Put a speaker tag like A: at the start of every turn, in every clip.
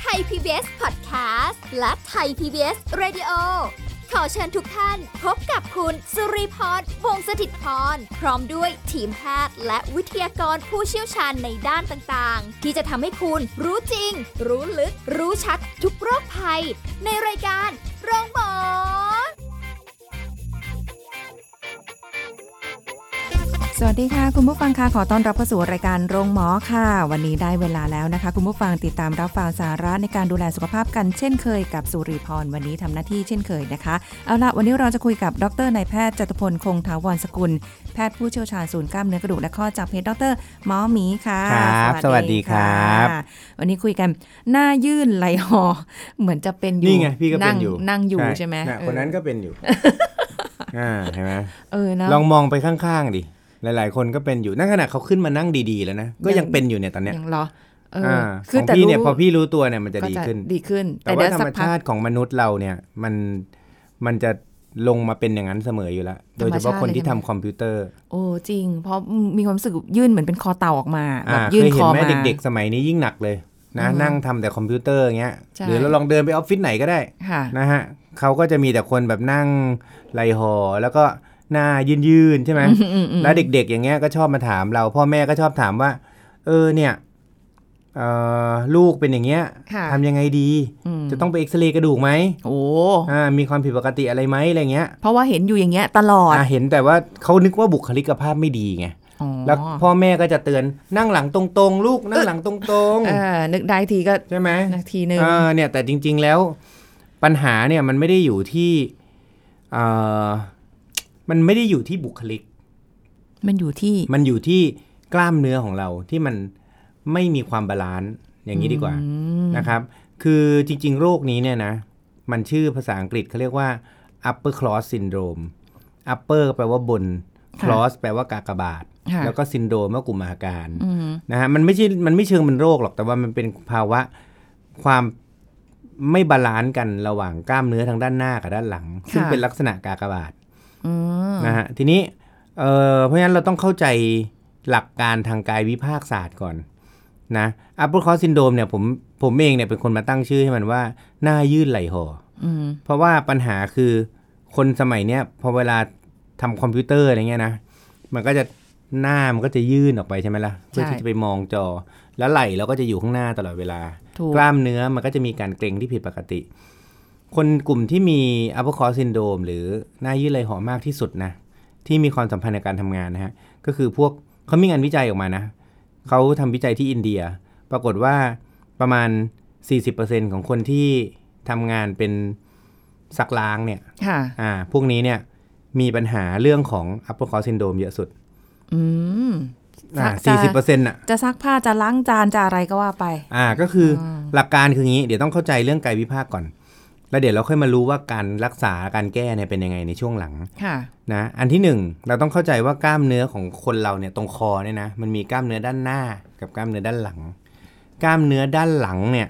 A: ไทย PBS Podcast และไทย PBS Radio ขอเชิญทุกท่านพบกับคุณสุริพรวงศสถิตพร พร้อมด้วยทีมแพทย์และวิทยากรผู้เชี่ยวชาญในด้านต่างๆ ที่จะทำให้คุณรู้จริง รู้ลึก รู้ชัดทุกโรคภัย ในรายการโรงพยาบาล
B: สวัสดีค่ะ คุณผู้ฟังค่ะขอต้อนรับเข้าสู่รายการโรงหมอค่ะ วันนี้ได้เวลาแล้วนะคะ คุณผู้ฟังติดตามรับฟังสาระในการดูแลสุขภาพกันเช่นเคยกับสุริพรวันนี้ทำหน้าที่เช่นเคยนะคะ เอาละวันนี้เราจะคุยกับดรนายแพทย์จตุพลคงถาวรสกุล แพทย์ผู้เชี่ยวชาญศูนย์กล้ามเนื้อกระดูกและข้อจากเพจดรหมอหมีค่ะ
C: ครับ
B: ะ
C: สวัสดีครับ
B: วันนี้คุยกันหน้ายื่นไหลหอ เหมือนจะเป็นอยู่
C: นี่ไงพี่ก็เป็นอยู่
B: งนั่งอยู่ใช่ไหม
C: น่ะ
B: เออ
C: คนนั้นก็เป็น อยู่ อ่าเห็นไหม
B: เออเนอะ
C: ลองมองไปข้างๆดิ หลายๆ คนก็เป็นอยู่นั่นขนาดเขาขึ้นมานั่งดีๆแล้วนะ ก็
B: ยัง
C: ยังเป็นอยู่เนี่ยตอนเนี้ย
B: ยังเหรอเออ
C: อ่าข
B: คือ
C: อง
B: แต่
C: พี่เนี่ย
B: รู้
C: พอพี่รู้ตัวเนี่ยมันจะดีขึ้น
B: ดีขึ้น แต่
C: แต่
B: เดี๋ย
C: ว่า
B: ว
C: ธร
B: สัก
C: รม
B: พั
C: ชาก ติของมนุษย์เราเนี่ยมันมันจะลงมาเป็นอย่างนั้นเสมออยู่แล้ว โดยเฉพาะคนที่
B: ธร
C: ทำ
B: รมชาติเลยใช่ไหม
C: คอมพิวเตอร์
B: โอ้จริง เพราะมีความรู้สึกยื่นเหมือนเป็นคอเต่าออกมาแบ
C: อ่า
B: บ
C: เค
B: ยื่น
C: ย
B: ค
C: เห็น
B: อ
C: ไหม
B: มา
C: เด็กๆ สมัยนี้ยิ่งหนักเลยนะ
B: อืม
C: นั่งทำแต่คอมพิวเตอร์อย่างเงี้ย
B: ใช่
C: หรือเราลองเดินไปออฟฟิศไหนก็ได้
B: ค่ะ
C: นะฮะเขาก็จะมีแต่คนแบบนั่งไหลหอแล้วก็หน้ายืนๆใช่ไหม
B: อืมอืม
C: แล้วเด็ก ๆ อย่างเงี้ยก็ชอบมาถามเราพ่อแม่ก็ชอบถามว่า เออเนี่ยเอ่อลูกเป็นอย่างเงี้ย
B: ค่ะ
C: ทำยังไงดี
B: ม
C: จะต้องไปเอ็กซเรย์กระดูกไหม
B: โอ้
C: อ่ามีความผิดปกติอะไรไหมอะไรเงี้ย
B: เพราะว่าเห็นอยู่อย่างเงี้ยตลอด
C: อ่าเห็นแต่ว่าเขานึกว่าบุคลิกภาพไม่ดีไง
B: อ๋อ
C: แล้วพ่อแม่ก็จะเตือนนั่งหลังตรงๆ ลูกนั่งหลังตรง
B: เออนึกได้ทีก็
C: ๆใช่ไหม
B: นาทีหนึ่ง
C: เออเนี่ยแต่จริง ๆแล้วปัญหาเนี่ยมันไม่ได้อยู่ที่เอ่อมันไม่ได้อยู่ที่บุคลิก
B: มันอยู่ที่
C: มันอยู่ที่กล้ามเนื้อของเราที่มันไม่มีความบาลานซ์อย่างนี้ดีกว่านะครับ คือจริง ๆ โรคนี้เนี่ยนะ มันชื่อภาษาอังกฤษเขาเรียกว่า upper cross syndrome upper แปลว่าบน
B: ค่ะ
C: cross แปลว่ากากบาท
B: ค่ะ
C: แล้วก็ซินโดรมก็กลุ่มอาการ
B: อืม
C: นะฮะมันไม่ใช่มันไม่เชิงเป็นโรคหรอกแต่ว่ามันเป็นภาวะความไม่บาลานซ์กันระหว่างกล้ามเนื้อทางด้านหน้ากับด้านหลัง ซึ่งเป็นลักษณะกากบาท
B: อืม
C: นะฮะทีนี้เอ่อเพราะฉะนั้นเราต้องเข้าใจหลักการทางกายวิภาคศาสตร์ก่อนนะอัปเปอร์คอสซินโดมเนี่ยผมผมเองเนี่ยเป็นคนมาตั้งชื่อให้มันว่าหน้ายืดไหลห่อ
B: อืม
C: เพราะว่าปัญหาคือคนสมัยเนี้ยพอเวลาทำคอมพิวเตอร์อะไรเงี้ยนะมันก็จะหน้ามันก็จะยื่นออกไปใช่ไหมล่ะเพื่อที่จะไปมองจอ แล้วไหล่เราก็จะอยู่ข้างหน้าตลอดเวลา
B: ถูก
C: กล้ามเนื้อมันก็จะมีการเกร็งที่ผิดปกติ คนกลุ่มที่มี upper cross syndrome หรือหน้ายืดไหลห่อมากที่สุดนะ ที่มีความสัมพันธ์ในการทำงานนะฮะ ก็คือพวกเขามีงานวิจัยออกมานะ เขาทำวิจัยที่อินเดีย ปรากฏว่าประมาณ 40%ของคนที่ทำงานเป็นสักล้างเนี่ย
B: ค่ะ
C: อ่า พวกนี้เนี่ยมีปัญหาเรื่องของ upper cross syndrome เยอะสุด
B: อืม
C: อ่า
B: จะ
C: 40%น่ะ
B: จะซักผ้าจะล้างจานจะอะไรก็ว่าไป
C: อ่าก็คืออ
B: ม
C: หลักการคืองี้ เดี๋ยวต้องเข้าใจเรื่องกายวิภาคก่อน แล้วเดี๋ยวเราค่อยมารู้ว่าการรักษาการแก้เนี่ยเป็นยังไงในช่วงหลัง
B: ค่ะ
C: นะอันที่หนึ่งเราต้องเข้าใจว่ากล้ามเนื้อของคนเราเนี่ยตรงคอเนี่ยนะมันมีกล้ามเนื้อด้านหน้ากับกล้ามเนื้อด้านหลัง กล้ามเนื้อด้านหลังเนี่ย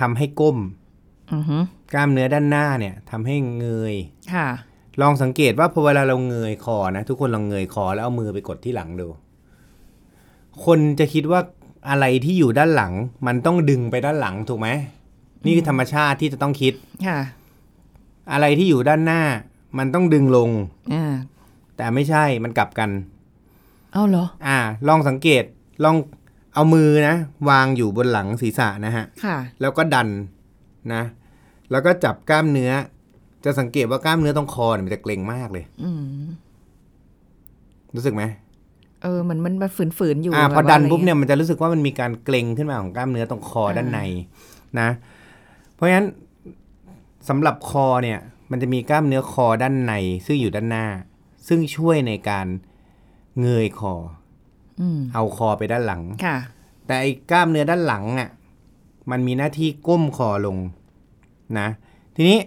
C: ทำให้ก้ม
B: อือหือก
C: ล้ามเนื้อด้านหน้าเนี่ยทำให้เงย
B: ค่ะ
C: ลองสังเกตว่าพอเวลาเราเงยคอนะ ทุกคนลองเงยคอแล้วเอามือไปกดที่หลังดู คนจะคิดว่าอะไรที่อยู่ด้านหลัง มันต้องดึงไปด้านหลังถูกไหมนี่คือธรรมชาติที่จะต้องคิด
B: ค่ะ
C: อะไรที่อยู่ด้านหน้า มันต้องดึงลง
B: อ่า
C: แต่ไม่ใช่มันกลับกัน
B: เอาเหรอ
C: อ่า ลองสังเกตลองเอามือนะ วางอยู่บนหลังศีรษะนะฮะ
B: ค่ะ
C: แล้วก็ดันนะ แล้วก็จับกล้ามเนื้อ จะสังเกตว่ากล้ามเนื้อตรงคอเนี่ยมันจะเกร็งมากเลย
B: อืม
C: รู้สึกไหม
B: เออเหมือนมันมันฝืนฝืนๆอยู่
C: อ่า
B: แบบ
C: พอ
B: ว่า
C: ดันะ
B: ไร
C: ปุ๊บเนี่ย
B: งี้
C: มันจะรู้สึกว่ามันมีการเกร็งขึ้นมาของกล้ามเนื้อตรงคอด้านในนะ เพราะฉะนั้นสำหรับคอเนี่ย มันจะมีกล้ามเนื้อคอด้านใน ซึ่งอยู่ด้านหน้า ซึ่งช่วยในการเงยคอ
B: อืม
C: เอาคอไปด้านหลัง
B: ค่ะ
C: แต่ไอ้กล้ามเนื้อด้านหลังอ่ะมันมีหน้าที่ก้มคอลงนะ ทีนี้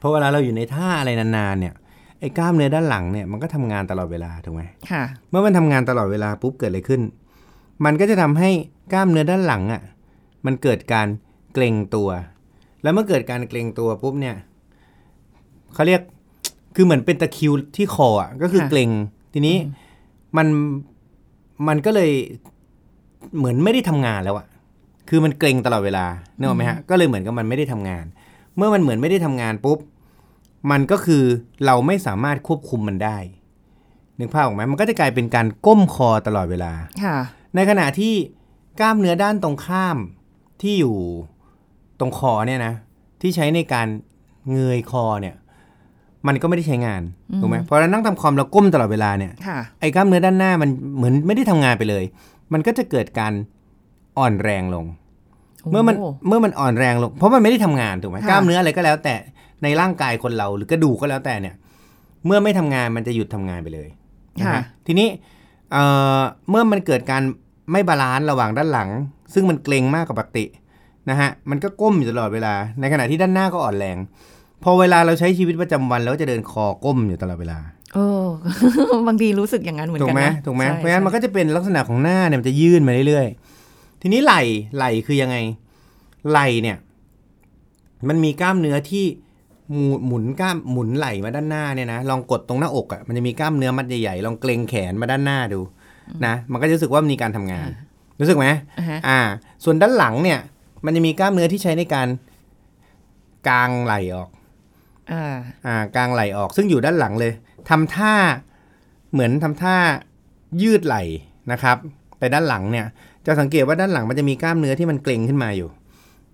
C: พอเวลาเราอยู่ในท่าอะไรนานๆเนี่ยไอ้กล้ามเนื้อด้านหลังเนี่ยมันก็ทำงานตลอดเวลาถูกไหม
B: ค่ะ
C: เมื่อมันทำงานตลอดเวลาปุ๊บเกิดอะไรขึ้น มันก็จะทำให้กล้ามเนื้อด้านหลังอะ่ะ มันเกิดการเกร็งตัว แล้วเมื่อเกิดการเกร็งตัวปุ๊บเนี่ยเขาเรียก คือเหมือนเป็นตะคริวที่คออ่ะก็คือ
B: ค่ะ
C: เกร็งทีนี้มันมันก็เลยเหมือนไม่ได้ทำงานแล้วอ่ะคือมันเกร็งตลอดเวลาเนกอะไหมฮะก็เลยเหมือนกับมันไม่ได้ทำงาน เมื่อมันเหมือนไม่ได้ทำงานปุ๊บมันก็คือเราไม่สามารถควบคุมมันได้นึกภาพออกไหมมันก็จะกลายเป็นการก้มคอตลอดเวลา
B: ค่ะ
C: ในขณะที่กล้ามเนื้อด้านตรงข้ามที่อยู่ตรงคอเนี่ยนะที่ใช้ในการเงยคอเนี่ย มันก็ไม่ได้ใช้งานถูกไหมพอเรานั่งทำคอมเราก้มตลอดเวลาเนี่ย
B: ค่ะ
C: ไอ้กล้ามเนื้อด้านหน้ามันเหมือนไม่ได้ทำงานไปเลย มันก็จะเกิดการอ่อนแรงลง เมื่อมันเมื่อมันอ่อนแรงลง เพราะมันไม่ได้ทำงานถูกไหม
B: ค่ะ
C: กล้ามเนื้ออะไรก็แล้ว แต่ในร่างกายคนเราหรือกระดูกก็แล้วแต่เนี่ย เมื่อไม่ทำงานมันจะหยุดทำงานไปเลยนะ
B: ค่ะ
C: ฮะทีนี้เอ่อเมื่อมันเกิดการไม่บาลานซ์ระหว่างด้านหลัง ซึ่งมันเกรงมากกว่าปกตินะฮะมันก็ก้มอยู่ตลอดเวลา ในขณะที่ด้านหน้าก็อ่อนแรง พอเวลาเราใช้ชีวิตประจำวันเราก็จะเดินคอก้มอยู่ตลอดเวลา
B: โอ้ บางทีรู้สึกอย่างนั้นเหมือน
C: ถูก
B: กัน
C: ไหม
B: นะ
C: ถูกไหม
B: ใช่
C: เพราะฉะนั้นมัน
B: ใช่
C: ก็จะเป็นลักษณะของหน้าเนี่ยมันจะยื่นมาเรื่อยๆทีนี้ไหล่ไหล่คือยังไง ไหล่เนี่ย มันมีกล้ามเนื้อที่หมุนหมุนกล้ามหมุนไหล่มาด้านหน้าเนี่ยนะลองกดตรงหน้าอกอะ่ะมันจะมีกล้ามเนื้อมัดใหญ่ๆลองเกรงแขนมาด้านหน้าดูนะมันก็จะรู้สึกว่ามีการทำงาน รู้สึกไหม
B: อ่าฮะ
C: อ่า ส่วนด้านหลังเนี่ย มันจะมีกล้ามเนื้อที่ใช้ในการกางไหล่ออก
B: อ่า
C: อ่ากางไหล่ออก ซึ่งอยู่ด้านหลังเลยทำท่าเหมือนทำท่ายืดไหล่นะครับ แต่ด้านหลังเนี่ย จะสังเกตว่าด้านหลังมันจะมีกล้ามเนื้อที่มันเกร็งขึ้นมาอยู่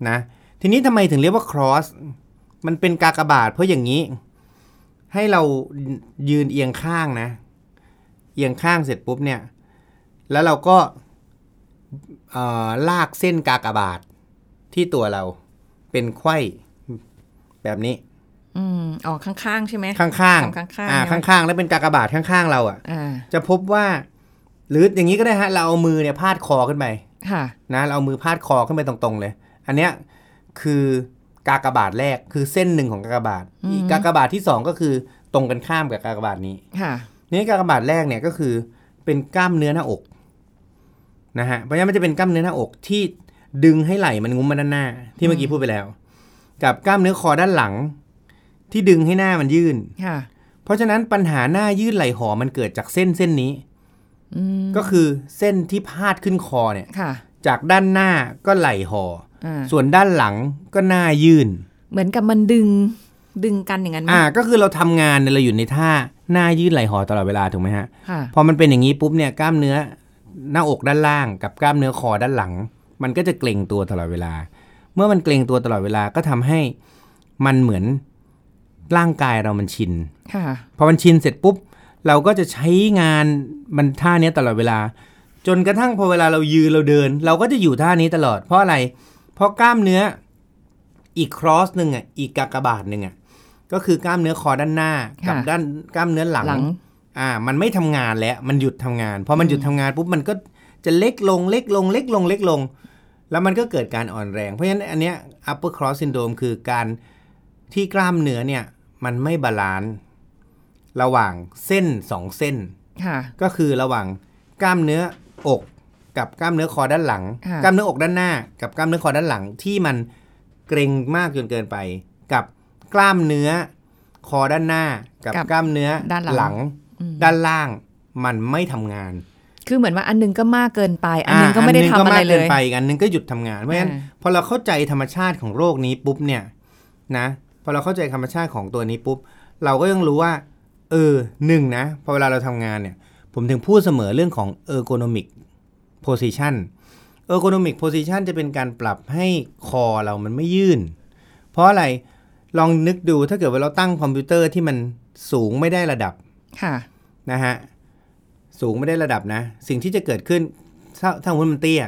C: นะ ทีนี้ทำไมถึงเรียกว่า cross มันเป็นกากบาท เพราะอย่างนี้ ให้เรายืนเอียงข้างนะ เอียงข้างเสร็จปุ๊บเนี่ย แล้วเราก็เอ่อลากเส้นกากบาทที่ตัวเราเป็นไขว้แบบนี้
B: อืมอ๋อข้างๆใช่ไหม
C: ข้างๆ
B: ข้างๆ
C: อ่า
B: ใช่ไหม
C: ข้างๆ แล้วเป็นกากบาทข้างๆ เราอ่ะ
B: อ่า
C: จะพบว่า หรืออย่างนี้ก็ได้ฮะ เราเอามือเนี่ยพาดคอขึ้นไป
B: ค่ะ
C: นะ เราเอามือพาดคอขึ้นไปตรงๆ เลย อันเนี้ยคือกากบาทแรก คือเส้นหนึ่งของกากบาท
B: อืม
C: อีกกากบาทที่สองก็คือตรงกันข้ามกับกากบาทนี้
B: ค่ะ
C: นี่กากบาทแรกเนี่ยก็คือเป็นกล้ามเนื้อหน้าอกนะฮะเพราะฉะนั้นมันจะเป็นกล้ามเนื้อหน้าอกที่ดึงให้ไหล่มันงุ้มมาด้านหน้า ที่เมื่อกี้พูดไปแล้ว กับกล้ามเนื้อคอด้านหลัง ที่ดึงให้หน้ามันยื่น
B: ค่ะ
C: เพราะฉะนั้นปัญหาหน้ายืดไหลหอมันเกิดจากเส้นเส้นนี้
B: อืม
C: ก็คือเส้นที่พาดขึ้นคอเนี่ย
B: ค่ะ
C: จากด้านหน้าก็ไหลหอ
B: อ่า
C: ส่วนด้านหลังก็หน้ายื่น
B: เหมือนกับมันดึงดึงกันอย่างนั้นไหม
C: อ่าก็คือเราทำงานเนี่ยเราอยู่ในท่าหน้ายืดไหลหอตลอดเวลาถูกไหมฮะ
B: ค่ะ
C: พอมันเป็นอย่างนี้ปุ๊บเนี่ยกล้ามเนื้อหน้าอกด้านล่าง กับกล้ามเนื้อคอด้านหลัง มันก็จะเกร็งตัวตลอดเวลา เมื่อมันเกร็งตัวตลอดเวลาก็ทำให้มันเหมือนร่างกายเรามันชิน
B: ค่ะ
C: พอมันชินเสร็จปุ๊บ เราก็จะใช้งานมันท่าเนี้ยตลอดเวลา จนกระทั่งพอเวลาเรายืนเราเดิน เราก็จะอยู่ท่านี้ตลอด เพราะอะไร เพราะกล้ามเนื้ออีกครอสหนึ่งอ่ะอีกกากบาทหนึ่งอ่ะก็คือกล้ามเนื้อคอด้านหน้ากับ
B: ค่ะ
C: ด้านกล้ามเนื้อหลัง
B: หลัง
C: อ่ามันไม่ทำงานแล้วมันหยุดทำงานพอมันหยุดทำงานปุ๊บมันก็จะเล็กลงเล็กลงเล็กลงเล็กลง แล้วมันก็เกิดการอ่อนแรง เพราะฉะนั้นอันเนี้ย upper cross syndrome คือการที่กล้ามเนื้อเนี่ย มันไม่บาลานซ์ระหว่างเส้นสองเส้น
B: ค่ะ
C: ก็คือระหว่างกล้ามเนื้ออกกับกล้ามเนื้อคอด้านหลัง
B: ค่ะ
C: กล้ามเนื้ออกด้านหน้า กับกล้ามเนื้อคอด้านหลังที่มันเกร็งมากจนเกินไป กับกล้ามเนื้อคอด้านหน้า กับกล้ามเนื้อ
B: อืม
C: ด้านล่างมันไม่ทำงาน
B: คือเหมือนว่าอันหนึงก็มากเกินไป อันหนึงก็ไม่ได้ทำอะไร
C: นห
B: เล
C: นึ่งก็มากเกิน
B: ย
C: ไปอีกอันหนึงก็หยุดทำงาน เพราะฉะนั้น
B: อ่า
C: พอเราเข้าใจธรรมชาติของโรคนี้ปุ๊บเนี่ยนะพอเราเข้าใจธรรมชาติของตัวนี้ปุ๊บ เราก็ยังรู้ว่า เออหนึ่งนะพอเวลาเราทำงานเนี่ย ผมถึงพูดเสมอเรื่องของ ergonomic position ergonomic position จะเป็นการปรับให้คอเรามันไม่ยื่น เพราะอะไรลองนึกดูถ้าเกิดว่าเราตั้งคอมพิวเตอร์ที่มันสูงไม่ได้ระดับ
B: ค่ะ
C: นะฮะสูงไม่ได้ระดับนะ สิ่งที่จะเกิดขึ้นถ้าถ้าสมมุติมันเตี้ย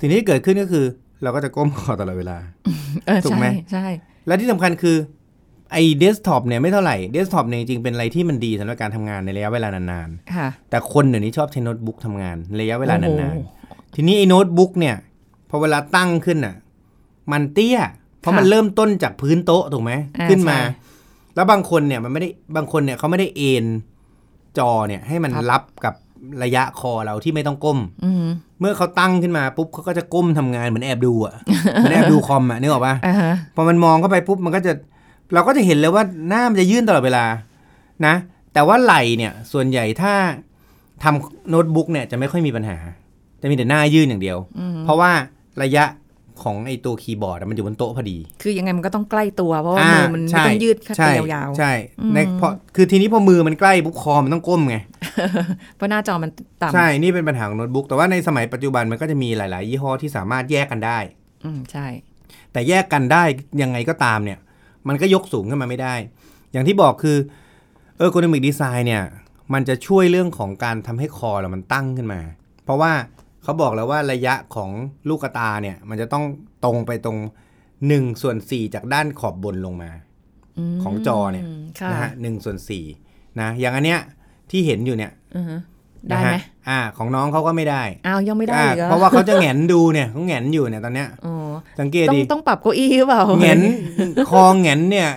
C: สิ่งที่จะเกิดขึ้นก็คือ เราก็จะก้มคอตลอดเวลา
B: เออ
C: ถูก
B: ใช่
C: ไหม
B: ใช่
C: และที่สำคัญคือไอ้เดสก์ท็อปเนี่ยไม่เท่าไหร่เดสก์ท็อปเนี่ยจริงๆเป็นอะไรที่มันดีสำหรับการทำงานในระยะเวลานาน
B: ค่ะ
C: ๆ แต่คนเดี๋ยวนี้ชอบใช้โน้ตบุ๊กทำงานระยะเวลา
B: โอ้
C: นาน
B: โห
C: ๆ ทีนี้ไอ้โน้ตบุ๊กเนี่ยพอเวลาตั้งขึ้นน่ะมันเตี้ย เพราะ
B: ค่ะ
C: มันเริ่มต้นจากพื้นโต๊ะถูกไหม
B: อ่า
C: ขึ้นมา
B: ใช่
C: แล้วบางคนเนี่ยมันไม่ได้บางคนเนี่ยเขาไม่ได้เอ็นจอเนี่ยให้มัน
B: ครับ
C: รับกับระยะคอเราที่ไม่ต้องก้ม
B: อืม
C: เมื่อเขาตั้งขึ้นมาปุ๊บเขาก็จะก้มทำงานเหมือนแอบดูอะ เหมือนแอบดูคอมอะนึกออกปะ
B: อ่าฮะ
C: พอมันมองเข้าไปปุ๊บมันก็จะ เราก็จะเห็นเลยว่าหน้ามันจะยื่นตลอดเวลา นะ แต่ว่าไหล่เนี่ยส่วนใหญ่ถ้าทำโน้ตบุ๊กเนี่ยจะไม่ค่อยมีปัญหา จะมีแต่หน้ายื่นอย่างเดียว เพราะว่าระยะของไอตัวคีย์บอร์ดอะมันอยู่บนโต๊ะพอดี
B: คือยังไงมันก็ต้องใกล้ตัว เพราะว่า
C: อ่า
B: มือมันไม่
C: ใช่
B: ต้องยืดเข้าไป
C: ใช่
B: ยาว
C: ใช่
B: อืม
C: ในเพราะคือทีนี้พอมือมันใกล้ปุ๊บคอมันต้องก้มไง
B: ๆ เพราะหน้าจอมันต่ำ
C: ใช่ นี่เป็นปัญหาของโน้ตบุ๊ก แต่ว่าในสมัยปัจจุบันมันก็จะมีหลาย ๆ ยี่ห้อที่สามารถแยกกันได้
B: อืมใช่
C: แต่แยกกันได้ยังไงก็ตามเนี่ย มันก็ยกสูงขึ้นมาไม่ได้ อย่างที่บอกคือเออโกนมิกดีไซน์เนี่ย มันจะช่วยเรื่องของการทำให้คอเรามันตั้งขึ้นมา เพราะว่าเขาบอกแล้วว่าระยะของลูกกระตาเนี่ย มันจะต้องตรงไปตรง1ส่วน4จากด้านขอบบนลงมา
B: ม
C: ของจอเนี่ย
B: ค่ะ
C: นะฮะหนึ่งส่วนสี่นะอย่างอันเนี้ยที่เห็นอยู่เนี่ย
B: อือฮะได้
C: นะ
B: ไหม
C: ฮะอ่า ของน้องเขาก็ไม่ได้
B: อ้าวยังไม่ได้
C: อ่า
B: อีกหอ
C: เพราะว่าเขาจะแหงนดูเนี่ยเขาแหงนอยู่เนี่ยตอนเนี้ย
B: อ๋อ
C: สังเกต
B: ต้อง
C: ดิ
B: ต้องปรับเก้าอี้หรือเปล่า
C: แหงนคอแหงนเนี่ย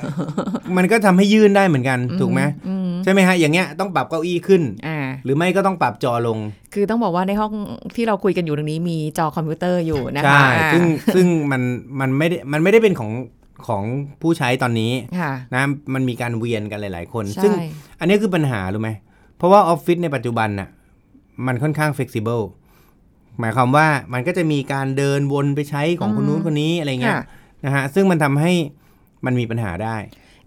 C: มันก็ทำให้ยื่นได้เหมือนกันถูกไหม
B: อืม
C: ใช่ไหมฮะอย่างเงี้ยต้องปรับเก้าอี้ขึ้น
B: อ่า
C: หรือไม่ก็ต้องปรับจอลง
B: คือต้องบอกว่าในห้องที่เราคุยกันอยู่ตรงนี้มีจอคอมพิวเตอร์อยู่นะคะ
C: ใช่
B: อ่า
C: ซึ่งซึ่งมันมันไม่ได้มันไม่ได้เป็นของของผู้ใช้ตอนนี้
B: ค่ะ
C: นะมันมีการเวียนกันหลาย ๆ คน
B: ใช่
C: ซึ่งอันนี้คือปัญหารู้ไหมเพราะว่าออฟฟิศในปัจจุบันน่ะมันค่อนข้างเฟกซิเบิลหมายความว่ามันก็จะมีการเดินวนไปใช้ของคนนู้นคนนี้อะไรเงี้ย
B: ค่ะ
C: นะฮะซึ่งมันทำให้มันมีปัญหาได้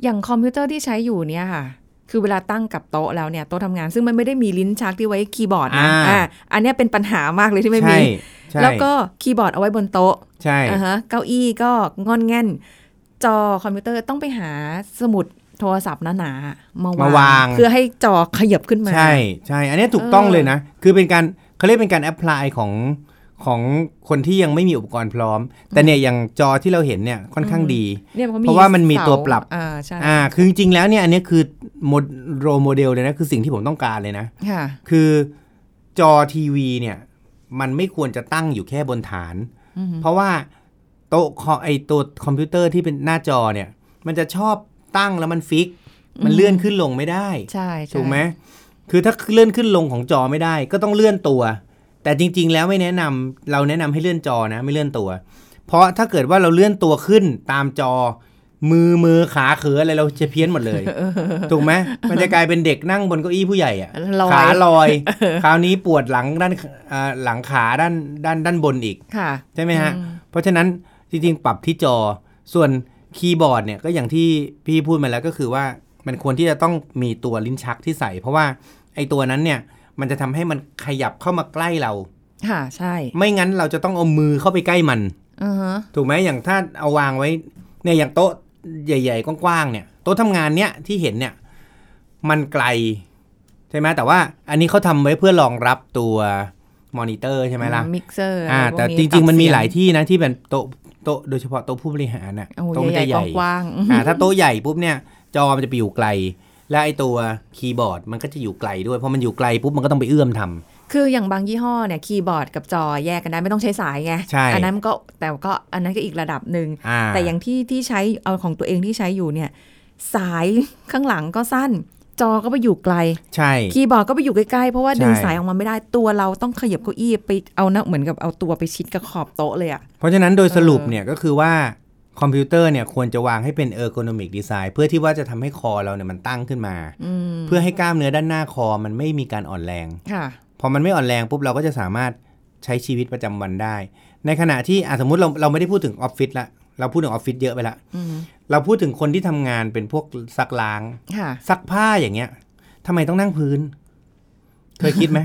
B: อย่างคอมพิวเตอร์ที่ใช้อยู่เนี่ยค่ะ คือเวลาตั้งกับโต๊ะแล้วเนี่ยโต๊ะทำงาน ซึ่งมันไม่ได้มีลิ้นชักที่ไว้คีย์บอร์ดนะ
C: อ่า
B: อ่าอันเนี้ยเป็นปัญหามากเลยที่ไม่มี
C: ใช่ใช่
B: แล้วก็คีย์บอร์ดเอาไว้บนโต๊ะ
C: ใช่
B: อ่าฮะเก้าอี้ก็งอนแง่น จอคอมพิวเตอร์ต้องไปหาสมุดโทรศัพท์หนาๆมาม
C: าวาง
B: เพื่อให้จอขยับขึ้นมา
C: ใช่ใช่ อันนี้ถูกต้อง
B: เออ
C: เลยนะ คือเป็นการเขาเรียกเป็นการแอพพลายของของคนที่ยังไม่มีอุปกรณ์พร้อม แต่เนี่ยอย่างจอที่เราเห็นเนี่ยค่อนข้างดี
B: เนี่ยเพ
C: เพราะว่ามันมีตัวปรับ
B: อ่าใช่
C: อ่าคือจริงๆแล้วเนี่ยอันนี้คือโมดโรโมเดลเลยนะ คือสิ่งที่ผมต้องการเลยนะ
B: ค่ะ
C: คือจอทีวีเนี่ยมันไม่ควรจะตั้งอยู่แค่บนฐาน
B: อือฮึ
C: เพราะว่าโต๊ะคอไอตัวคอมพิวเตอร์ที่เป็นหน้าจอเนี่ย มันจะชอบตั้งแล้วมันฟิก มันเลื่อนขึ้นลงไม่ได้
B: ใช่ใช่
C: ถูกไหมคือถ้าเลื่อนขึ้นลงของจอไม่ได้ ก็ต้องเลื่อนตัว แต่จริง ๆ แล้วไม่แนะนำเราแนะนำให้เลื่อนจอนะ ไม่เลื่อนตัว เพราะถ้าเกิดว่าเราเลื่อนตัวขึ้นตามจอ มือมือขาเขืออะไรเราจะเพี้ยนหมด เลย ถูกไหมมันจะกลายเป็นเด็กนั่งบนเก้าอี้ผู้ใหญ่อะ
B: ลอย
C: ขาลอย คราวนี้ปวดหลังด้านเอ่อหลังขาด้านด้านด้านบนอีก
B: ค่ะ
C: ใช่ไหมฮะ
B: อืม
C: เพราะฉะนั้นจริงๆ ปรับที่จอ ส่วนคีย์บอร์ดเนี่ยก็อย่างที่พี่พูดมาแล้วก็คือว่ามันควรที่จะต้องมีตัวลิ้นชักที่ใส่ เพราะว่าไอ้ตัวนั้นเนี่ยมันจะทำให้มันขยับเข้ามาใกล้เรา
B: ค่ะใช่
C: ไม่งั้นเราจะต้องเอามือเข้าไปใกล้มัน
B: อือฮะ
C: ถูกไหมอย่างถ้าเอาวางไว้เนี่ยอย่างโต๊ะใหญ่ ๆ กว้างๆเนี่ยโต๊ะทำงานเนี่ยที่เห็นเนี่ยมันไกลใช่ไหมแต่ว่าอันนี้เขาทำไว้เพื่อรองรับตัวมอนิเตอร์ใช่ไหมล่ะ
B: มิกเซอร์
C: อ่าแต่จริง ๆ มันมีหลายที่นะที่เป็นโต๊ะโต๊ะโดยเฉพาะโต๊ะผู้บริหารน่ะ
B: โอ้โห
C: โต๊ะมัน
B: ใหญ่
C: จะใหญ่
B: ๆกว้างๆ
C: อ่าถ้าโต๊ะใหญ่ปุ๊บเนี่ย จอมันจะไปอยู่ไกล และไอตัวคีย์บอร์ดมันก็จะอยู่ไกลด้วยเพราะมันอยู่ไกลปุ๊บมันก็ต้องไปเอื้อมทำ
B: คืออย่างบางยี่ห้อเนี่ยคีย์บอร์ดกับจอแยกกันได้ไม่ต้องใช้สายไง
C: ใช่
B: อันั้นก็แต่ก็อันนั้นก็อีกระดับหนึ่ง
C: อ่า
B: แต่อย่างที่ที่ใช้เอาของตัวเองที่ใช้อยู่เนี่ย สายข้างหลังก็สั้น จอก็ไปอยู่ไกล
C: ใช่
B: คีย์บอร์ดก็ไปอยู่ใกล้ๆ เพราะว่า
C: ใช่
B: ดึงสายออกมาไม่ได้ตัวเราต้องขยับเก้าอี้ไปเอานะเหมือนกับเอาตัวไปชิดกับขอบโต๊ะเลยอะ
C: เพราะฉะนั้นโดยสรุป
B: เออ
C: เนี่ยก็คือว่าคอมพิวเตอร์เนี่ยควรจะวางให้เป็นเออร์โกนมิกดีไซน์เพื่อที่ว่าจะทำให้คอเราเนี่ยมันตั้งขึ้นมา
B: อืม
C: เพื่อให้กล้ามเนื้อด้านหน้าคอมันไม่มีการอ่อนแรง
B: ค่ะ
C: พอมันไม่อ่อนแรงปุ๊บเราก็จะสามารถใช้ชีวิตประจำวันได้ ในขณะที่อ่ะสมมติเราเราไม่ได้พูดถึงออฟฟิศละเราพูดถึงออฟฟิศเยอะไปละ
B: อืม
C: เราพูดถึงคนที่ทำงานเป็นพวกซักล้าง
B: ค่ะ
C: ซักผ้าอย่างเงี้ยทำไมต้องนั่งพื้นเคย คิดไหม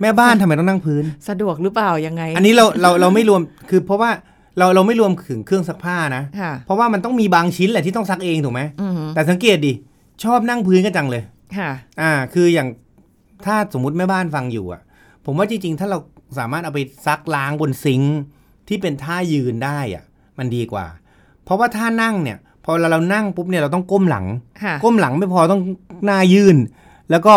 C: แม่บ้านทำไมต้องนั่งพื้น
B: สะดวกหรือเปล่ายังไง
C: อันนี้เราเราเราไม่รวมคือเพราะว่าเราเราไม่รวมถึงเครื่องซักผ้านะ
B: ค่ะ
C: เพราะว่ามันต้องมีบางชิ้นแหละที่ต้องซักเองถูกไหม
B: อืม
C: แต่สังเกตดิชอบนั่งพื้นกันจังเลย
B: ค่ะ
C: อ่าคืออย่างถ้าสมมุติแม่บ้านฟังอยู่อ่ะ ผมว่าจริง ๆ ถ้าเราสามารถเอาไปซักล้างบนซิงค์ที่เป็นท่ายืนได้อ่ะ มันดีกว่า เพราะว่าท่านั่งเนี่ย พอเราเรานั่งปุ๊บเนี่ยเราต้องก้มหลัง
B: ค่ะ
C: ก้มหลังไม่พอต้องหน้ายืน แล้วก็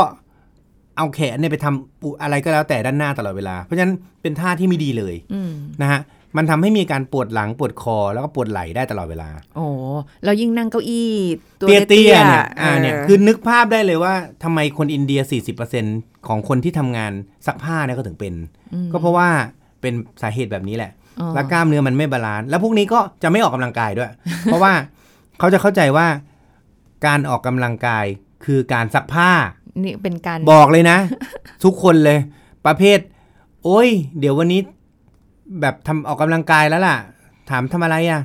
C: เอาแขนเนี่ยไปทำอุอะไรก็แล้วแต่ด้านหน้าตลอดเวลา เพราะฉะนั้นเป็นท่าที่ไม่ดีเลย
B: อืม
C: นะฮะมันทำให้มีการปวดหลังปวดคอแล้วก็ปวดไหล่ได้ตลอดเวลา
B: โอ้แล้วยิ่งนั่งเก้าอี้ตัว
C: เตี้ยเตี้ยๆเนี่ย
B: ตี้ๆ
C: อ่าเนี่ย
B: ออ
C: คือนึกภาพได้เลยว่าทำไมคนอินเดีย 40%ของคนที่ทำงานซักผ้าเนี่ยก็ถึงเป็น
B: ม
C: ก็เพราะว่าเป็นสาเหตุแบบนี้แหละ
B: อ
C: แล้วกล้ามเนื้อมันไม่บาลานซ์ แล้วพวกนี้ก็จะไม่ออกกำลังกายด้วย เพราะว่าเขาจะเข้าใจว่าการออกกำลังกาย คือการซักผ้า
D: นี่เป็นการ
C: บอกเลยนะ ทุกคนเลย ประเภท โอ้ย เดี๋ยววันนี้ แบบทำออกกำลังกายแล้วล่ะ ถามทำอะไรอ่ะ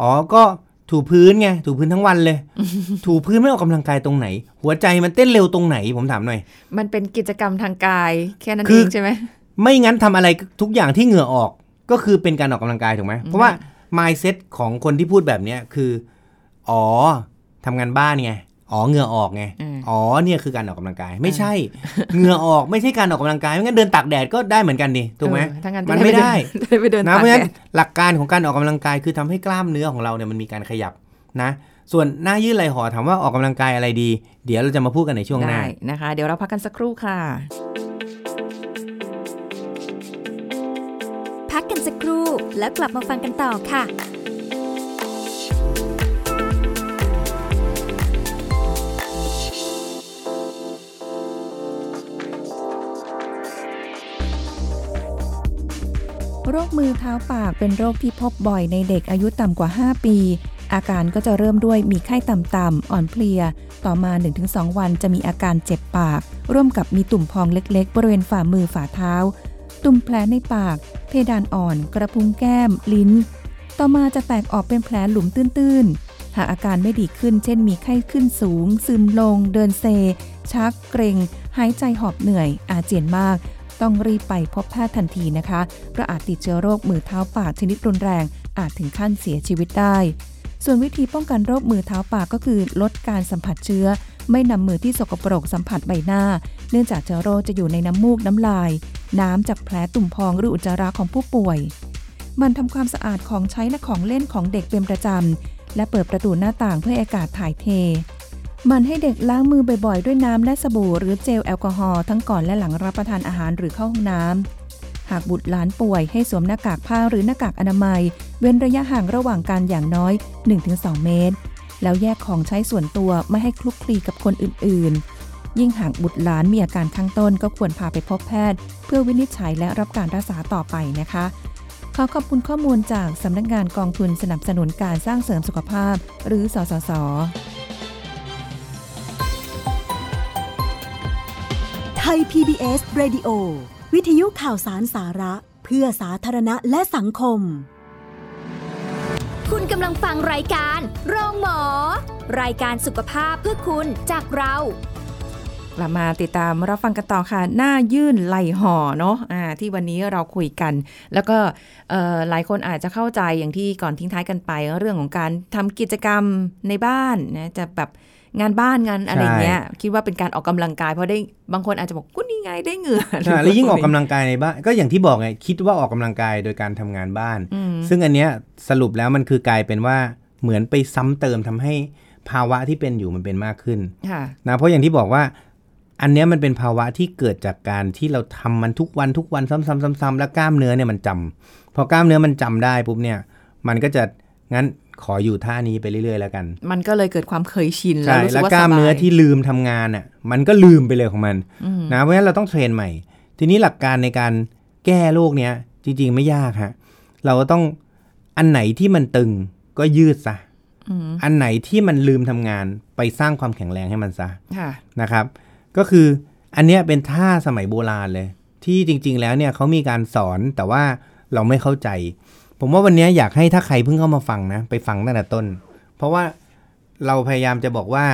C: อ๋อก็ถูพื้นไงถูพื้นทั้งวันเลย ถูพื้นไม่ออกกำลังกายตรงไหน หัวใจมันเต้นเร็วตรงไหน ผมถามหน่อย
D: มันเป็นกิจกรรมทางกาย แค่นั้น
C: คื
D: เอ
C: อ
D: งใช่ไหม
C: ไม่งั้นทำอะไรทุกอย่างที่เหงื่อออกก็คือเป็นการออกกำลังกายถูกไหมเพราะว่า mindset ของคนที่พูดแบบเนี้ยคือ อ๋อทำงานบ้านไงอ๋อเหงื่อออกไง
D: อืม
C: อ๋อเนี่ยคือการออกกำลังกาย ไม่ใช่ เหงื่อออกไม่ใช่การออกกำลังกายไม่งั้นเดินตากแดดก็ได้เหมือนกันดิถูกไหม
D: เออถ้างั้น
C: มันไม่ได้
D: ไปเดิน
C: นะ
D: ตา
C: เพ
D: ก
C: ราะฉะ
D: แด
C: นั้น
D: ด
C: หลักการของการออกกำลังกายคือทำให้กล้ามเนื้อของเราเนี่ยมันมีการขยับนะ ส่วนหน้ายืดไหลห่อถามว่าออกกำลังกายอะไรดี เดี๋ยวเราจะมาพูดกันในช่วงหน้า
D: ได้นะคะ เดี๋ยวเราพักกันสักครู่ค่ะ
A: พักกันสักครู่แล้วกลับมาฟังกันต่อค่ะ
D: โรคมือเท้าปากเป็นโรคที่พบบ่อยในเด็กอายุต่ำกว่า 5 ปี อาการก็จะเริ่มด้วยมีไข้ต่ำๆอ่อนเพลีย ต่อมา 1-2 วันจะมีอาการเจ็บปาก ร่วมกับมีตุ่มพองเล็กๆ บริเวณฝ่ามือฝ่าเท้า ตุ่มแผลในปาก เพดานอ่อน กระพุ้งแก้ม ลิ้น ต่อมาจะแตกออกเป็นแผลหลุมตื้นๆ หากอาการไม่ดีขึ้น เช่นมีไข้ขึ้นสูง ซึมลง เดินเซ ชักเกรง็ง หายใจหอบเหนื่อย อาเจียนมาก ต้องรีบไปพบแพทย์ทันทีนะคะ เพราะอาจติดเชื้อโรคมือเท้าปากชนิดรุนแรง อาจถึงขั้นเสียชีวิตได้ ส่วนวิธีป้องกันโรคมือเท้าปากก็คือ ลดการสัมผัสเชื้อ ไม่นำมือที่สกปรกสัมผัสใบหน้า เนื่องจากเชื้อโรคจะอยู่ในน้ำมูกน้ำลาย น้ำจากแผลตุ่มพองหรืออุจจาระของผู้ป่วย มันทำความสะอาดของใช้และของเล่นของเด็กเป็นประจำ และเปิดประตูหน้าต่างเพื่อให้อากาศถ่ายเท มันให้เด็กล้างมือบ่อยๆ ด้วยน้ำและสบู่หรือเจลแอลกอฮอล์ทั้งก่อนและหลังรับประทานอาหารหรือเข้าห้องน้ำ หากบุตรหลานป่วยให้สวมหน้ากากผ้าหรือหน้ากากอนามัย เว้นระยะห่างระหว่างกันอย่างน้อย 1-2 เมตร แล้วแยกของใช้ส่วนตัวไม่ให้คลุกคลีกับคนอื่นๆ ยิ่งหากบุตรหลานมีอาการข้างต้นก็ควรพาไปพบแพทย์ เพื่อวินิจฉัยและรับการรักษาต่อไปนะคะ ขอขอบคุณข้อมูลจากสำนักงานกองทุนสนับสนุนการสร้างเสริมสุขภาพ หรือสสส
E: ไทย PBS Radio วิทยุข่าวสารสาระ เพื่อสาธารณะและสังคม
A: คุณกำลังฟังรายการโรงหมอ รายการสุขภาพเพื่อคุณจากเรา
D: กลับมาติดตามรับฟังกันต่อค่ะ หน้ายื่นไหลห่อเนาะอ่าที่วันนี้เราคุยกัน แล้วก็เอ่อหลายคนอาจจะเข้าใจอย่างที่ก่อนทิ้งท้ายกันไป เรื่องของการทำกิจกรรมในบ้านนะจะแบบงานบ้านงานอะไร
C: ใช่
D: เงี้ย คิดว่าเป็นการออกกำลังกายเพราะได้บางคนอาจจะบอกกุนี่ไงได้เหงื่อ
C: ใช่แล้วยิ่งออกกำลังกายในบ้านก็อย่างที่บอกไงคิดว่าออกกำลังกายโดยการทำงานบ้าน
D: อืม
C: ซึ่งอันเนี้ยสรุปแล้วมันคือกลายเป็นว่าเหมือนไปซ้ำเติมทำให้ภาวะที่เป็นอยู่มันเป็นมากขึ้น
D: ค่ะ
C: นะเพราะอย่างที่บอกว่า อันเนี้ยมันเป็นภาวะที่เกิดจากการที่เราทำมันทุกวันทุกวันซ้ำๆซ้ำๆแล้วกล้ามเนื้อเนี่ยมันจำพอกล้ามเนื้อมันจำได้ปุ๊บเนี่ย มันก็จะงั้นขออยู่ท่านี้ไปเรื่อยๆ แล้วกัน
D: มันก็เลยเกิดความเคยชินแล้ว
C: ใช่
D: รู้สึ
C: แล้
D: ก
C: ว
D: ว่าก ส
C: ล้าม
D: บา
C: เนื้อย ที่ลืมทำงานอ่ะมันก็ลืมไปเลยของมัน
D: อืม
C: นะเพราะฉะนั้นเราต้องเทรนใหม่ ทีนี้หลักการในการแก้โรคเนี้ยจริงๆไม่ยากฮะเราก็ต้องอันไหนที่มันตึงก็ยืดซะ
D: อืม
C: อันไหนที่มันลืมทำงานไปสร้างความแข็งแรงให้มันซะ
D: ค่ะ
C: นะครับ ก็คืออันเนี้ยเป็นท่าสมัยโบราณเลย ที่จริง ๆ แล้วเนี่ยเขามีการสอนแต่ว่าเราไม่เข้าใจ ผมว่าวันเนี้ยอยากให้ถ้าใครเพิ่งเข้ามาฟังนะไปฟังตั้งแต่ต้น เพราะว่าเราพยายามจะบอกว่า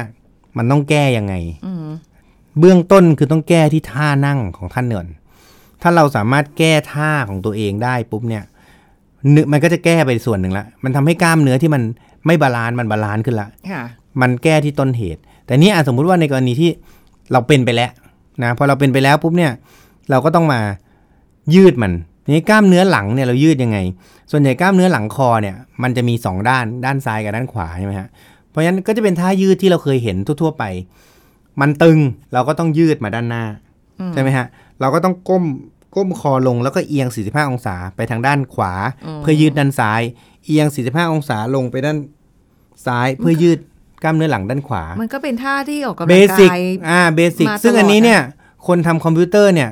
C: มันต้องแก้ยังไง
D: อืม
C: เบื้องต้นคือต้องแก้ที่ท่านั่งของท่านเนินถ้าเราสามารถแก้ท่าของตัวเองได้ปุ๊บเนี่ยหนึ่งมันก็จะแก้ไปส่วนหนึ่งละ มันทำให้กล้ามเนื้อที่มันไม่บาลานซ์มันบาลานซ์ขึ้นละ
D: ค่ะ
C: มันแก้ที่ต้นเหตุ แต่นี่อาสมมุติว่าในกรณีที่เราเป็นไปแล้วนะพอเราเป็นไปแล้วปุ๊บเนี่ย เราก็ต้องมายืดมันทีนี้กล้ามเนื้อหลังเนี่ยเรายืดยังไง ส่วนใหญ่กล้ามเนื้อหลังคอเนี่ย มันจะมีสองด้านด้านซ้ายกับด้านขวาใช่ไหมฮะเพราะฉะนั้นก็จะเป็นท่ายืดที่เราเคยเห็นทั่วๆไป มันตึงเราก็ต้องยืดมาด้านหน้า
D: อืม
C: ใช่ไหมฮะ เราก็ต้องก้มก้มคอลงแล้วก็เอียง 45 องศาไปทางด้านขวา
D: อืม
C: เพื่อยืดด้านซ้าย เอียง 45 องศาลงไปด้านซ้ายเพื่อยืดกล้ามเนื้อหลังด้านขวา
D: มันก็เป็นท่าที่ออกกำลั
C: เบ
D: ง
C: สิก
D: กาย
C: อ่าเบสิก
D: มาตลอด
C: ซึ่งอันนี้เนี่ยคนทำคอมพิวเตอร์เนี่ย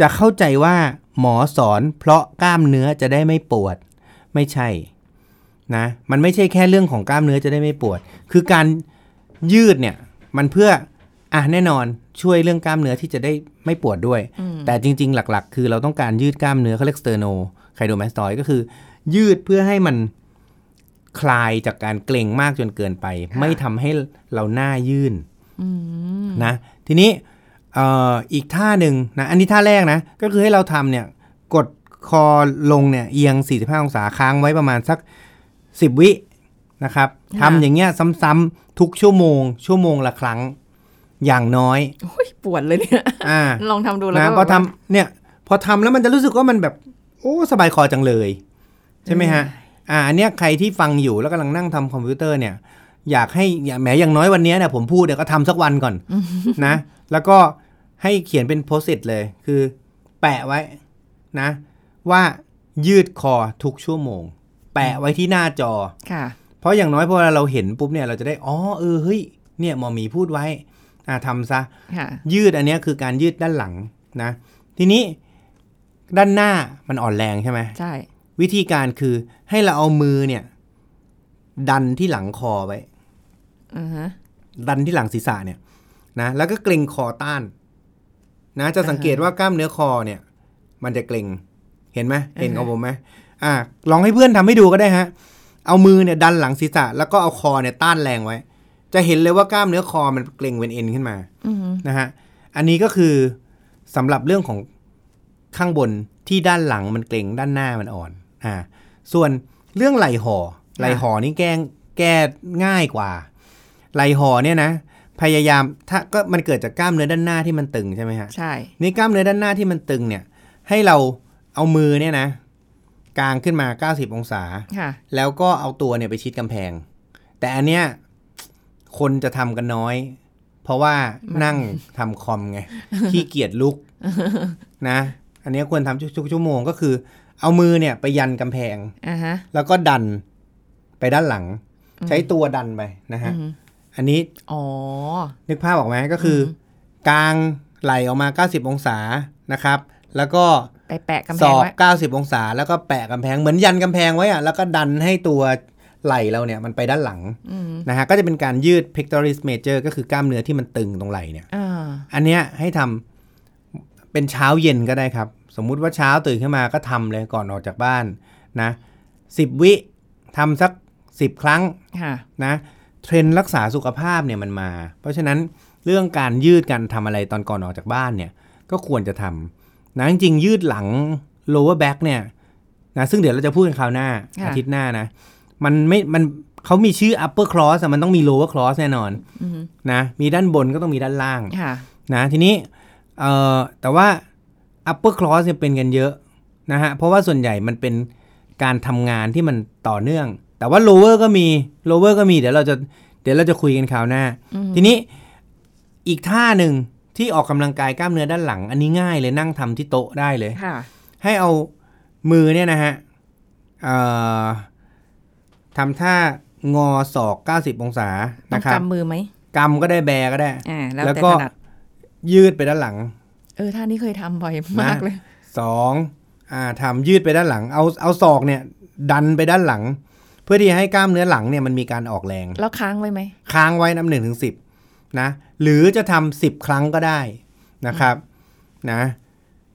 C: จะเข้าใจว่าหมอสอนเพราะกล้ามเนื้อจะได้ไม่ปวดไม่ใช่นะมันไม่ใช่แค่เรื่องของกล้ามเนื้อจะได้ไม่ปวด คือการยืดเนี่ยมันเพื่อ อ่ะแน่นอนช่วยเรื่องกล้ามเนื้อที่จะได้ไม่ปวดด้วย
B: อืม
C: แต่จริง ๆ หลักๆ คือเราต้องการยืดกล้ามเนื้อเขาเรียกสเตอร์โนไคโดแมสตอยก็คือ ยืดเพื่อให้มันคลายจากการเกร็งมากจนเกินไป ไม่ทำให้เราหน้ายื่น
B: อืม
C: นะ ทีนี้เอ่ออีกท่าหนึ่งนะอันนี้ท่าแรกนะ ก็คือให้เราทำเนี่ยกดคอลงเนี่ยเอียง 45 องศาค้างไว้ประมาณสัก 10 วินะครับทำอย่างเงี้ยซ้ำๆทุกชั่วโมง ชั่วโมงละครั้งอย่างน้อย
B: โอ้ยปวดเลย เนี่ย
C: อ่า
B: ลองทำดูแล้ว
C: นะ
B: ก็
C: พอทำเนี่ยพอทำแล้วมันจะรู้สึกว่ามันแบบโอ้สบายคอจังเลย ใช่ไหมฮะอ่าอันเนี้ยใครที่ฟังอยู่แล้วกำลังนั่งทำคอมพิวเตอร์เนี่ย อยากให้อย่าแหมอย่างน้อยวันเนี้ยเนี่ยผมพูดเนี่ยก็ทำสักวันก่อนนะ แล้วก็ให้เขียนเป็นโพสต์เลยคือ แปะไว้นะ ว่ายืดคอทุกชั่วโมง แปะไว้ที่หน้าจอ
B: ค่ะ
C: เพราะอย่างน้อยพอเราเห็นปุ๊บเนี่ยเราจะได้อ๋อเออเฮ้ยเนี่ยหมอหมีพูดไว้อ่าทำซะ
B: ค่ะ
C: ยืดอันเนี้ยคือการยืดด้านหลังนะ ทีนี้ด้านหน้ามันอ่อนแรงใช่ไหม
B: ใช่
C: วิธีการคือให้เราเอามือเนี่ย ดันที่หลังคอไว้
B: อือฮะ
C: ดันที่หลังศีรษะเนี่ยนะแล้วก็เกร็งคอต้าน นะจะสังเกตว่ากล้ามเนื้อคอเนี่ย มันจะเกร็งเห็นไหมเห็นของผมไหมอ่าลองให้เพื่อนทำให้ดูก็ได้ฮะ เอามือเนี่ยดันหลังศีรษะ แล้วก็เอาคอเนี่ยต้านแรงไว้ จะเห็นเลยว่ากล้ามเนื้อคอมันเกร็งเป็นเอ็นขึ้นมา
B: อือฮึ
C: นะฮะ อันนี้ก็คือสำหรับเรื่องของข้างบนที่ด้านหลังมันเกร็งด้านหน้ามันอ่อน อ่า ส่วนเรื่องไหลหอ่อไหลห่อนี่แก้งแก้ง่ายกว่า ไหลห่อเนี่ยนะ พยายามถ้าก็มันเกิดจากกล้ามเนื้อด้านหน้าที่มันตึงใช่ไหมฮะ
B: ใช่
C: นี่กล้ามเนื้อด้านหน้าที่มันตึงเนี่ย ให้เราเอามือเนี่ยนะกางขึ้นมา 90 องศา
B: ค่ะ
C: แล้วก็เอาตัวเนี่ยไปชิดกำแพง แต่อันเนี้ยคนจะทำกันน้อย เพราะว่านั่งทำคอมไง ขี้เกียจลุกนะ อันเนี้ยควรทำทุกๆชั่วโมงก็คือ เอามือเนี่ยไปยันกำแพง
B: อ่าฮะ
C: แล้วก็ดันไปด้านหลัง ใช้ตัวดันไปนะฮะ
B: อือฮึ
C: อันนี้
B: อ๋อ
C: นึกภาพออกไหมก็คืออกลางไหลออกมา 90 องศานะครับ แล้วก็
B: ไปแปะกำแพ
C: ส
B: ง
C: อบ
B: ไว้
C: 90 องศา แล้วก็แปะกำแพงเหมือนยันกำแพงไว้อะแล้วก็ดันให้ตัวไหลเราเนี่ยมันไปด้านหลัง
B: อือฮึ
C: นะฮะก็จะเป็นการยืด pectoris major ก็คือกล้ามเนื้อที่มันตึงตรงไหล่เนี่ย
B: อ่า
C: อันเนี้ยให้ทำเป็นเช้าเย็นก็ได้ครับ สมมุติว่าเช้าตื่นขึ้นมาก็ทำเลยก่อนออกจากบ้านนะสิบวิทำสัก 10 ครั้ง
B: ค่ะ
C: นะเทรนด์รักษาสุขภาพเนี่ยมันมา เพราะฉะนั้นเรื่องการยืดการทำอะไรตอนก่อนออกจากบ้านเนี่ยก็ควรจะทำนะจริงๆยืดหลัง lower back เนี่ยนะซึ่งเดี๋ยวเราจะพูดกันคราวหน้า
B: ค่ะ
C: อาทิตย์หน้านะมันไม่มันเขามีชื่อ upper cross อะมันต้องมี lower cross แน่นอน
B: อือฮึ
C: นะมีด้านบนก็ต้องมีด้านล่าง
B: ค่ะ
C: นะทีนี้เอ่อแต่ว่า upper cross เนี่ยเป็นกันเยอะนะฮะเพราะว่าส่วนใหญ่มันเป็นการทำงานที่มันต่อเนื่อง แต่ว่า lower ก็มี lower ก็มีเดี๋ยวเราจะเดี๋ยวเราจะคุยกันคราวหน้า ทีนี้อีกท่าหนึ่งที่ออกกำลังกายกล้ามเนื้อด้านหลัง อันนี้ง่ายเลยนั่งทำที่โต๊ะได้เลย
B: ค่ะ
C: ให้เอามือเนี่ยนะฮะเอ่อทำท่างอศอก 90 องศา
B: ต้อง
C: นะครับ
B: กำมือไหม
C: กำก็ได้แบก็ได้
B: อ่า แล้ว
C: แล้ว
B: แต่
C: ก็
B: ถนัด
C: ยืดไปด้านหลัง
B: เออท่านี้เคยทำบ่อยมากเลย
C: สองอ่าทำยืดไปด้านหลัง เอาเอาศอกเนี่ย ดันไปด้านหลัง เพื่อที่ให้กล้ามเนื้อหลังเนี่ยมันมีการออกแรง
B: แล้วค้างไว้ไหม
C: ค้างไว้นับหนึ่งถึงสิบนะหรือจะทำสิบครั้งก็ได้นะครับนะ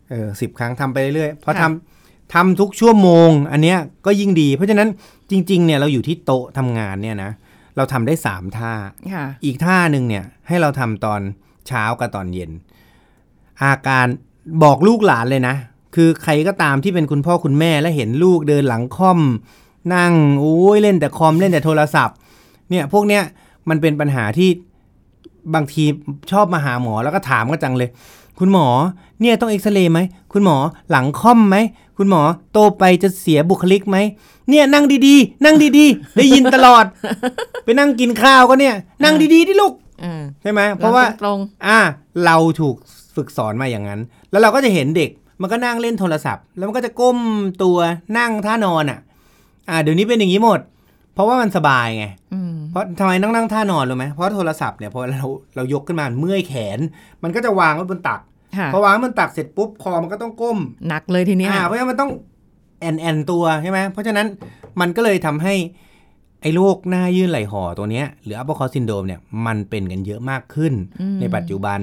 C: เออสิบครั้งทำไปเรื่อยๆพอท
B: ค่ะ
C: ำทำทุกชั่วโมง อันเนี้ยก็ยิ่งดี เพราะฉะนั้นจริงๆเนี่ยเราอยู่ที่โต๊ะทำงานเนี่ยนะเราทำได้สามท่า
B: ค่ะ
C: อีกท่าหนึ่งเนี่ยให้เราทำตอนเช้ากับตอนเย็น อาการบอกลูกหลานเลยนะ คือใครก็ตามที่เป็นคุณพ่อคุณแม่และเห็นลูกเดินหลังค่อม นั่งโอ้ยเล่นแต่คอมเล่นแต่โทรศัพท์ เนี่ยพวกเนี้ยมันเป็นปัญหาที่บางทีชอบมาหาหมอแล้วก็ถามกันจังเลย คุณหมอเนี่ยต้องเอ็กซเรย์ไหมคุณหมอหลังค่อมไหมคุณหมอโตไปจะเสียบุคลิกไหมเนี่ยนั่งดีๆ นั่งดีๆ ได้ยินตลอด ไปนั่งกินข้าวก็เนี่ย นั่งดีๆดิลูก
B: เออ
C: ใช่ไหมเพราะว่า
B: ตรง
C: อ่า เราถูกฝึกสอนมาอย่างนั้น แล้วเราก็จะเห็นเด็ก มันก็นั่งเล่นโทรศัพท์ แล้วมันก็จะก้มตัวนั่งท่านอนอ่ะ อ่า เดี๋ยวนี้เป็นอย่างนี้หมด เพราะว่ามันสบายไง
B: ๆอืม
C: เพราะทำไมต้องนั่งท่านอนรู้ไหมเพราะโทรศัพท์เนี่ยพอเราเรายกขึ้นมาเมื่อยแขน มันก็จะวางไว้บนตัก
B: ค่ะ
C: พอวางไว้บนตักเสร็จปุ๊บคอมันก็ต้องก้ม
B: หนักเลยทีเนี้ย
C: อ่าเพราะฉะนั้นมันต้องแอนแอนตัวใช่ไหมเพราะฉะนั้นมันก็เลยทำให้ ไอ้โรคหน้ายื่นไหลห่อตัวเนี้ยหรือ upper cross syndrome เนี่ยมันเป็นกันเยอะมากขึ้น
B: อืม
C: ในปัจจุบัน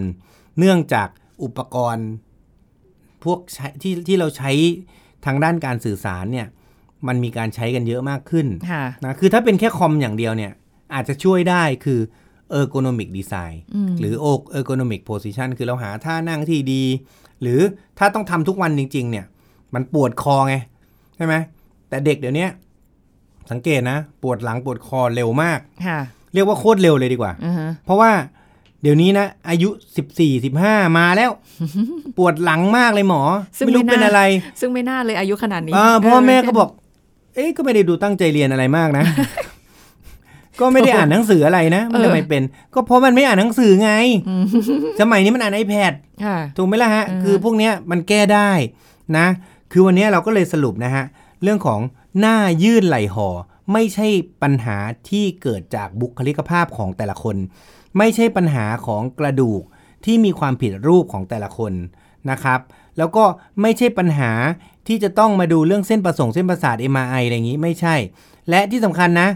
C: เนื่องจากอุปกรณ์ พวกใช้ที่ที่เราใช้ทางด้านการสื่อสารเนี่ยมันมีการใช้กันเยอะมากขึ้น
B: ค่ะ
C: นะคือถ้าเป็นแค่คอมอย่างเดียวเนี่ย อาจจะช่วยได้คือ ergonomic design
B: อืม
C: หรือ ergonomic position คือเราหาท่านั่งที่ดี หรือถ้าต้องทำทุกวันจริง ๆ เนี่ย มันปวดคอไง ใช่ไหมแต่เด็กเดี๋ยวเนี้ยสังเกตนะ ปวดหลังปวดคอเร็วมาก
B: ค่ะ
C: เรียกว่าโคตรเร็วเลยดีกว่า
B: อือฮะ
C: เพราะว่าเดี๋ยวนี้นะ อายุ 14 15 มาแล้ว ปวดหลังมากเลยหมอ ไม่รู้เป็นอะไร
B: ซึ่งไม่น่าเลยอายุขนาดนี้
C: อ่าพ่อแม่ก็
B: เ
C: บอก เอ๊ะก็ไม่ได้ดูตั้งใจเรียนอะไรม ากนะ ก็ไม่ได้อ่านหนังสืออะไรนะ มัน
B: เออ
C: ทำไมเป็น ก็เพราะมันไม่อ่านหนังสือไง สมัยนี้มันอ่าน iPad
B: ค่ะ
C: ถูกไหมล่ะฮะ
B: อืม
C: คือพวกเนี้ยมันแก้ได้นะ คือวันเนี้ยเราก็เลยสรุปนะฮะ เรื่องของหน้ายื่นไหลห่อ ไม่ใช่ปัญหาที่เกิดจากบุคลิกภาพของแต่ละคน ไม่ใช่ปัญหาของกระดูกที่มีความผิดรูปของแต่ละคนนะครับ แล้วก็ไม่ใช่ปัญหาที่จะต้องมาดูเรื่องเส้นประสงค์เส้นประสาท MRI อะไรอย่างนี้ไม่ใช่ และที่สำคัญนะ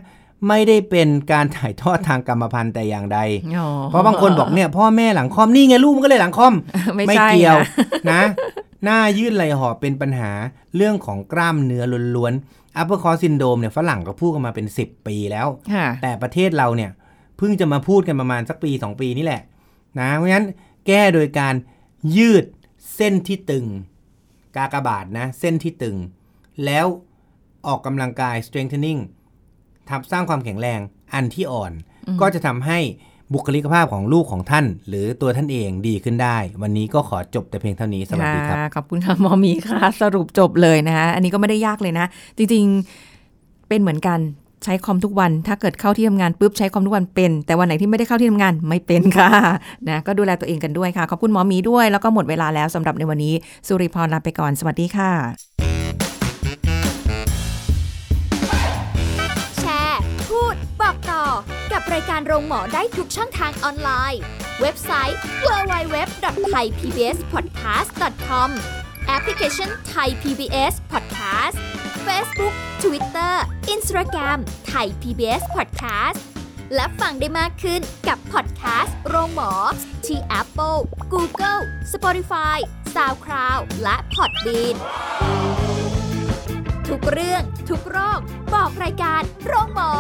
C: ไม่ได้เป็นการถ่ายทอดทางกรรมพันธุ์แต่อย่างใด
B: อ๋อ
C: เพราะบางคนบอกเนี่ยพ่อแม่หลังคอมนี่ไงลูกมันก็เลยหลังคอม
B: ไม่
C: ไม่
B: ใช่
C: เกี่ยว
B: นะ
C: นะ หน้ายืดไหลห่อเป็นปัญหาเรื่องของกล้ามเนื้อล้วนๆ upper cross syndrome เนี่ยฝรั่งก็พูดกันมาเป็น 10 ปีแล้ว
B: ค่ะ
C: แต่ประเทศเราเนี่ยเพิ่งจะมาพูดกันประมาณสักปี 2 ปีนี่แหละนะเพราะฉะนั้นแก้โดยการยืดเส้นที่ตึง กากบาทนะ เส้นที่ตึง แล้วออกกำลังกาย strengthening ทับสร้างความแข็งแรงอันที่อ่อน ก็จะทำให้บุคลิกภาพของลูกของท่าน หรือตัวท่านเองดีขึ้นได้ วันนี้ก็ขอจบแต่เพียงเท่านี้สวัสดีครับ
B: ค่ะขอบคุณค่ะหมอหมีค่ะ สรุปจบเลยนะคะอันนี้ก็ไม่ได้ยากเลยนะ จริงๆเป็นเหมือนกันใช้คอมทุกวัน ถ้าเกิดเข้าที่ทำงานปุ๊บใช้คอมทุกวันเป็น แต่วันไหนที่ไม่ได้เข้าที่ทำงานไม่เป็นค่ะ นะก็ดูแลตัวเองกันด้วยค่ะ ขอบคุณหมอหมีด้วย แล้วก็หมดเวลาแล้วสำหรับในวันนี้สุริพรลาไปก่อนสวัสดีค่ะ
A: แชร์ พูด บอกต่อ กับรายการโรงหมอได้ทุกช่องทางออนไลน์ เว็บไซต์ www.thaipbspodcast.com แอปพลิเคชัน Thai PBS Podcast Facebook Twitter Instagram Thai PBS Podcast และฟังได้มากขึ้นกับพอดแคสต์โรงหมอ ที่ Apple, Google, Spotify, SoundCloud และ Podbean ทุกเรื่องทุกโรค บอกรายการโรงหมอ